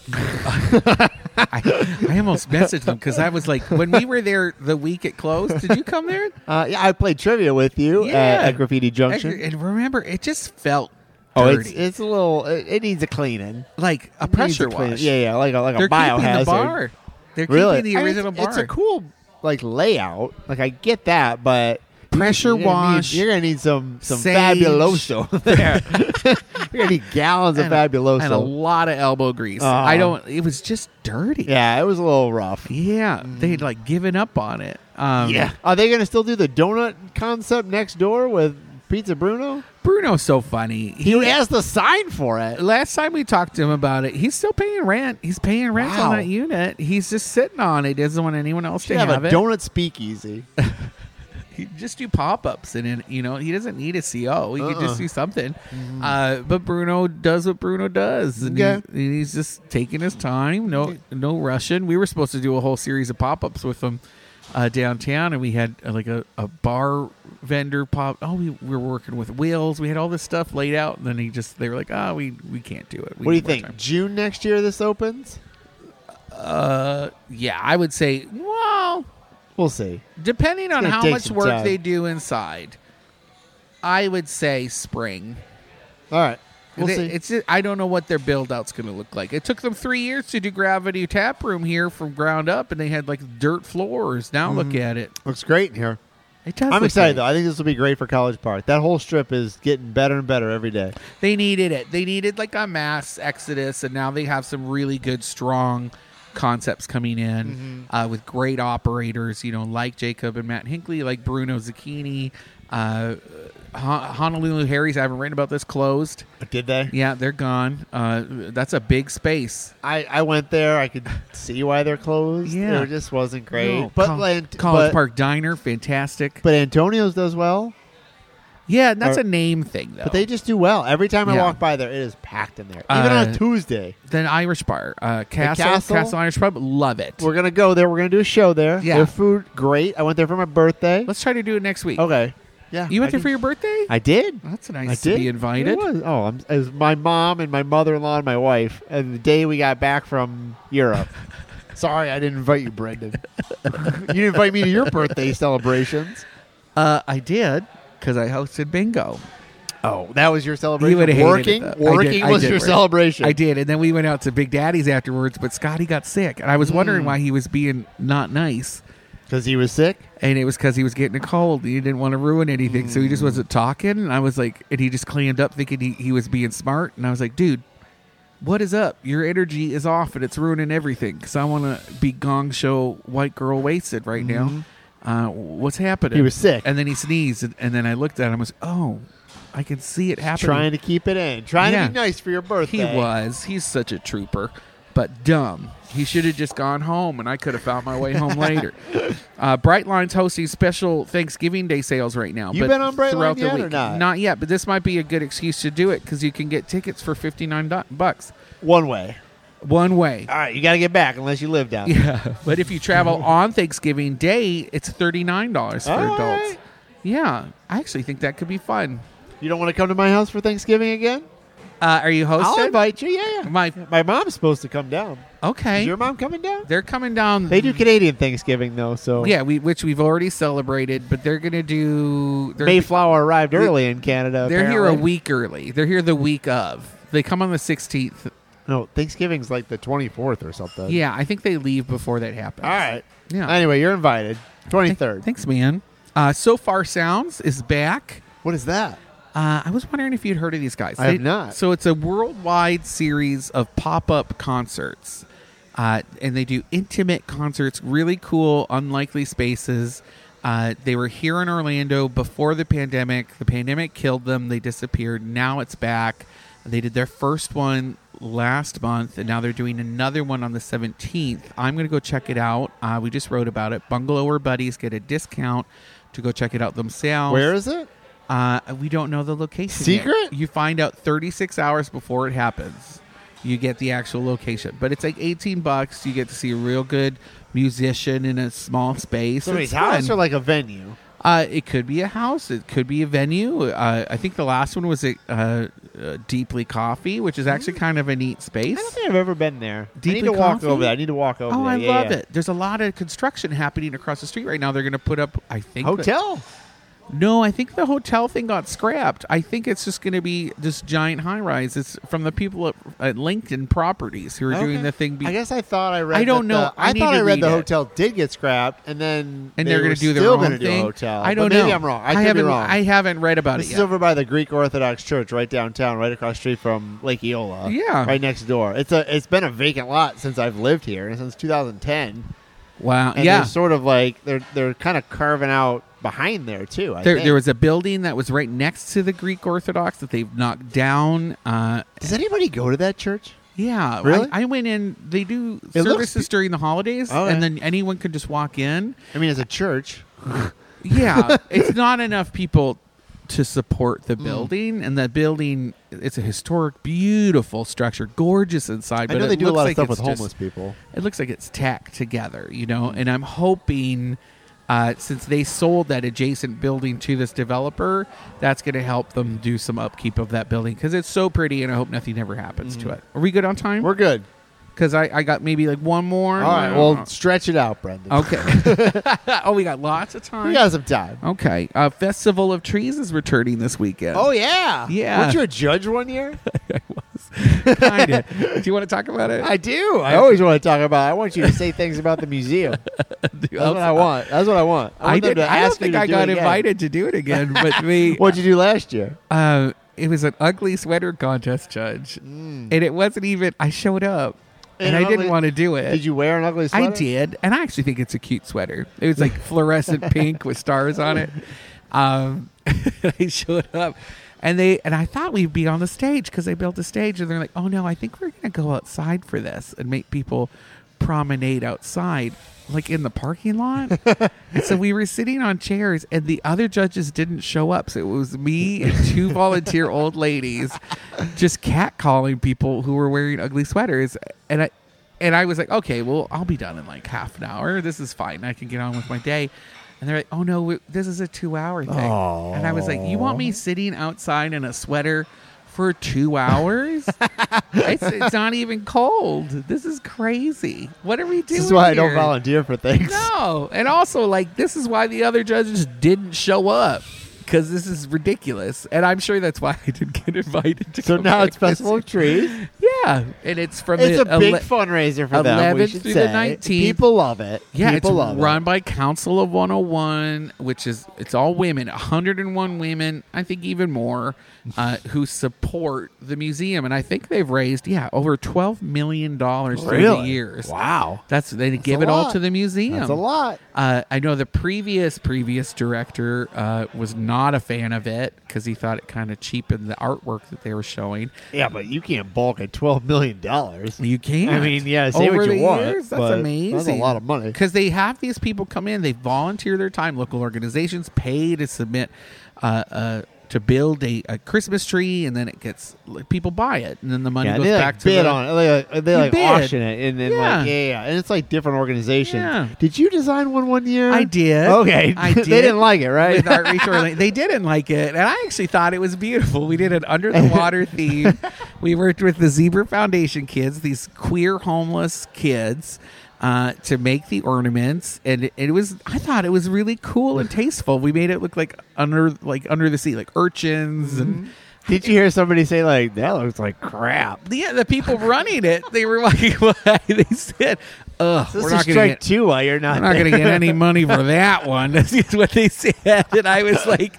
I, I almost messaged them because I was like, when we were there the week it closed, did you come there? Uh, yeah, I played trivia with you Yeah. at, at Graffiti Junction. And remember, it just felt Oh, dirty, it's it's a little. It, it needs a cleaning. like a It needs pressure clean- wash. Yeah, yeah, like a like they're a biohazard. keeping the bar. They're Really, keeping the I mean, original it's, bar. it's a cool like layout. Like I get that, but Pressure you're gonna wash, Need, you're gonna need some some sage. fabuloso there. you're gonna need gallons of and a- and a fabuloso. lot of elbow grease. Uh-huh. I don't. It was just dirty. Yeah, Mm. it was a little rough. Yeah, they'd like given up on it. Um, Are they gonna still do the donut concept next door with Pizza Bruno? Bruno's so funny. He, He has the sign for it. last time we talked to him about it, he's still paying rent. He's paying rent Wow. on that unit. He's just sitting on it. Doesn't want anyone else Should to have, have, a it. donut speakeasy. he just do pop ups and, and you know he doesn't need a CO. He could Uh-uh. Mm-hmm. just do something. Uh, but Bruno does what Bruno does, and, Yeah. he's, and he's just taking his time. No, no rushing. We were supposed to do a whole series of pop ups with him uh, downtown, and we had uh, like a, a bar vendor pop. Oh, we, we were working with wheels. We had all this stuff laid out, and then he just they were like, ah, we we can't do it. We what do you need more think? time." June next year this opens? Uh, yeah, I would say well. We'll see. depending on gonna how take much some work time. they do inside, I would say spring. All right. We'll They- see. It's I don't know what their build out's going to look like. It took them three years to do Gravity Tap Room here from ground up, and they had like dirt floors. Now look at it. Looks great in here. Mm-hmm. It does. I'm look excited great. though. I think this will be great for College Park. That whole strip is getting better and better every day. They needed it. They needed like a mass exodus, and now they have some really good, strong concepts coming in uh, with great operators. You know, like Jacob and Matt Hinkley, like Bruno Zucchini. Uh, Hon- Honolulu Harry's. I haven't written about this. Closed. Did they? Yeah, they're gone. Uh, that's a big space. I, I went there. I could see why they're closed. Yeah. it just wasn't great. No, but Col- like, College but- Park Diner, fantastic. But Antonio's does well. yeah, and that's Or- a name thing though. But they just do well. Every time I Oh. Yeah. walk by there, it is packed in there. Even on a Uh, Tuesday, then Irish Bar, uh, Castle, Castle? Castle, Irish Pub, love it. we're gonna go there. We're gonna do a show there. Yeah. Their food great. I went there for my birthday. Let's try to do it next week. okay. Yeah. You Oh, went I there can- for your birthday? I did. that's I nice did to be It invited. was. Oh, I'm, it was my mom and my mother-in-law and my wife. And the day we got back from Europe. Sorry, I didn't invite you, Brendan. you didn't invite me to your birthday celebrations. Uh, I did because I hosted bingo. Oh, that was your You celebration. would've hated working, it, though. I working did- I was did your work. celebration. I did, and then we went out to Big Daddy's afterwards. But Scotty got sick, and I was wondering Mm. why he was being not nice. because he was sick. and it was because he was getting a cold. and He didn't want to ruin anything, so he just Mm. wasn't talking. And I was like, and he just cleaned up, thinking he, he was being smart. And I was like, dude, what is up? Your energy is off, and it's ruining everything. Because I want to be gong show white girl wasted right now. Uh, what's happening? Mm-hmm. He was sick. and then he sneezed, and, and then I looked at him. I was, oh, I can see it happening. Trying to keep it in. Trying Yeah. to be nice for your birthday. he was. He's such a trooper, but dumb. He should have just gone home, and I could have found my way home later. Uh, Brightline's hosting special Thanksgiving Day sales right now. You but been on Brightline throughout the yet or week. not? Not yet, but this might be a good excuse to do it because you can get tickets for fifty nine bucks one way. one way. All right, you got to get back unless you live down. there. Yeah, but if you travel on Thanksgiving Day, it's thirty nine dollars for All right. adults. Yeah, I actually think that could be fun. You don't want to come to my house for Thanksgiving again? Uh, are you hosting? I'll invite you. Yeah, yeah. my My mom's supposed to come down. Is okay. your mom coming down? They're coming down. They do Canadian Thanksgiving though, so Yeah, we which we've already celebrated, but they're gonna do. They're, Mayflower arrived early in Canada. they're here a apparently. week early. They're here the week of. They come on the sixteenth. No, Thanksgiving's like the twenty fourth or something. Yeah, I think they leave before that happens. All right. Yeah. Anyway, you're invited. Twenty Th- third. Thanks, man. Uh, so far, sounds is back. What is that? Uh, I was wondering if you'd heard of these guys. I have not. So it's a worldwide series of pop-up concerts, uh, and they do intimate concerts, really cool, unlikely spaces. Uh, they were here in Orlando before the pandemic. The pandemic killed them. They disappeared. Now it's back. They did their first one last month, and now they're doing another one on the 17th. I'm going to go check it out. Uh, we just wrote about it. Bungalow or Buddies get a discount to go check it out themselves. Where is it? Uh, we don't know the location. yet. Secret? You find out 36 hours before it happens. You get the actual location, but it's like 18 bucks. You get to see a real good musician in a small space. Somebody's It's house fun. or like a venue? Uh, it could be a house. It could be a venue. Uh, I think the last one was a, uh, uh, Deeply Coffee, which is actually kind of a neat I don't space. think I've ever been there. I Deeply need to walk Coffee? over there. I need to walk over Oh, there. I Yeah, love yeah. it. There's a lot of construction happening across the street right now. They're going to put up, I think, Hotel. No, I think the hotel thing got scrapped. I think it's just going to be just giant high rise. It's from the people at, at LinkedIn Properties who are doing Okay. the thing. Be- I guess I thought I read. I don't that the- know. I I, need thought to I read read the it. hotel did get scrapped, and then and they're going going to to do their still own going to do thing. a hotel. But I don't know. Maybe I'm wrong. I, could be haven't. wrong. I haven't read about this it is yet. over by the Greek Orthodox Church, right downtown, right across the street from Lake Eola. Yeah. right next door. It's a it's been a vacant lot since I've lived here and since 2010. wow. And yeah. they're sort of like they're they're kind of carving out behind there too. I There, think. there was a building that was right next to the Greek Orthodox that they've knocked down. Uh, Does anybody go to that church? yeah, Really? I, I went in. They do It looks services be- during the holidays, Oh, yeah. and then anyone could just walk in. I mean, it's a church. Yeah, it's not enough people to support Mm. the building, and the building it's a historic, beautiful structure, gorgeous inside. I but know they it do a looks lot of like stuff with it's just- homeless Mm. people. it looks like it's tacked together, you know. And I'm hoping, uh, since they sold that adjacent building to this developer, that's going to help them do some upkeep of that building because it's so pretty, and I hope nothing ever happens to it. Are we good on time? Mm. We're good. Because I, I got maybe like one more. All right, Uh, well, stretch it out, Brendan. okay. oh, we got lots of time. We got some time. Okay. Uh, Festival of Trees is returning this weekend. Oh yeah, Yeah. Weren't you a judge one year? Kinda. do you want to talk about it? I do. I always want to talk about. I want you to say things about the museum. That's what I want. That's what I want. I, I want them did. to I don't ask you think to I do got it again. invited to do it again, but the What'd you do last year? Uh, it was an ugly sweater contest, Judge, and it wasn't even. I showed up, and, Mm. And I didn't ugly- want to do it. Did you wear an ugly sweater? Uh, I did, and I actually think it's a cute sweater. It was like fluorescent pink with stars on it. Um, I showed up, and they and I thought we'd be on the stage because they built a stage, and they're like, "Oh no, I think we're gonna go outside for this and make people promenade outside." Like in the parking lot, And so we were sitting on chairs, and the other judges didn't show up. So it was me and two volunteer old ladies, just catcalling people who were wearing ugly sweaters. And I, and I was like, okay, well, I'll be done in like half an hour. This is fine. I can get on with my day. And they're like, oh no, we- this is a two hour thing. And I was like, you want me sitting outside in a sweater for two hours? it's, it's not even cold. This is crazy. What are we doing? This is why I don't here?" volunteer for things. No, and also like this is why the other judges didn't show up because this is ridiculous, and I'm sure that's why I didn't get invited. To So go now back it's Festival of this- Trees. Yeah, and it's from It's the a big ele- fundraiser for them. 11th We should through the say. 19th. People love it. Yeah, People it's love run it. by Council of 101, which is it's all women, 101 women, I think even more, uh, who support the museum, and I think they've raised yeah over 12 million dollars through the Really? years. Wow, That's they give a it all lot. to the museum. that's a lot. Uh, I know the previous previous director uh, was not a fan of it because he thought it kind of cheapened the artwork that they were showing. Yeah, but you can't bulk at twelve million dollars. You can't. I mean, yeah, say Over what you the want. years, that's but amazing. That's a lot of money. because they have these people come in, they volunteer their time. Local organizations pay to submit uh, uh, to build a, a Christmas tree, and then it gets like, people buy it, and then the money Yeah, goes they back like to bid the, on it. They like, they You like bid. auction it, and then like Yeah. yeah, yeah, and it's like different organizations. Yeah. Did you design one one year? I did. Okay, I did. they didn't like it, right? with Outreach Orlando. They didn't like it, and I actually thought it was beautiful. We did an under the water theme. We worked with the Zebra Foundation kids, these queer homeless kids, uh, to make the ornaments, and it, it was. I thought it was really cool and tasteful. We made it look like under, like under the sea, like urchins Mm-hmm. and. Did you hear somebody say like that looks like crap? Yeah, the people running it, they were like, why? they said, "Ugh, This we're is not going to strike get two while you're not. I'm not there. going to get any money for that one. That's just what they said. And I was like,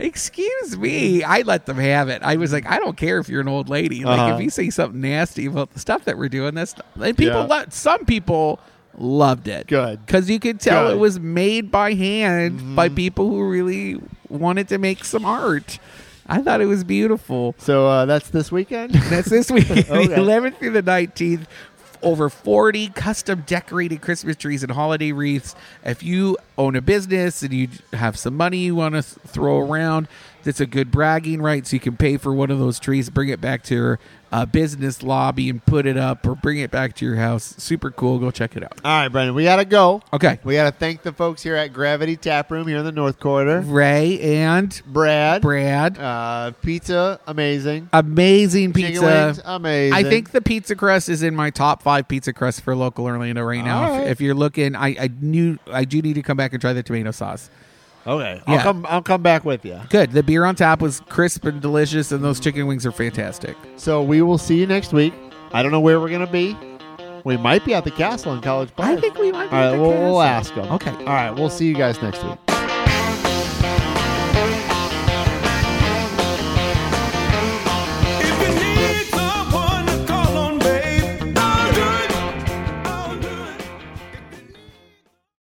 excuse me. I let them have it. I was like, I don't care if you're an old lady. Like, Uh-huh. if you say something nasty about the stuff that we're doing, that's and people Yeah. let some people Loved it. Good. Because you could tell Good. Mm-hmm. it was made by hand by people who really wanted to make some art. I thought it was beautiful. So uh, that's this weekend. That's this week, Okay. the 11th through the 19th. f- Over 40 custom decorated Christmas trees and holiday wreaths. If you own a business and you have some money you want to throw around, that's a good bragging right. So you can pay for one of those trees, bring it back to your uh, business lobby and put it up, or bring it back to your house. Super cool. Go check it out. All right, Brendan, we gotta go. Okay. We gotta thank the folks here at Gravity Tap Room here in the North Corridor. Ray and Brad, Brad, Uh, pizza, amazing. amazing Chicken wings, pizza. amazing. I think the pizza crust is in my top five pizza crust for local Orlando right now. All If- right. If, you're looking, I, I knew I do need to come back and try the tomato sauce. Okay, yeah. I'll come. I'll come back with you. Good. The beer on tap was crisp and delicious, and those chicken wings are fantastic. So we will see you next week. I don't know where we're gonna be. We might be at the castle in College Park. I think we might. Be All right, at the we'll, we'll castle. ask them. Okay. All right, we'll see you guys next week.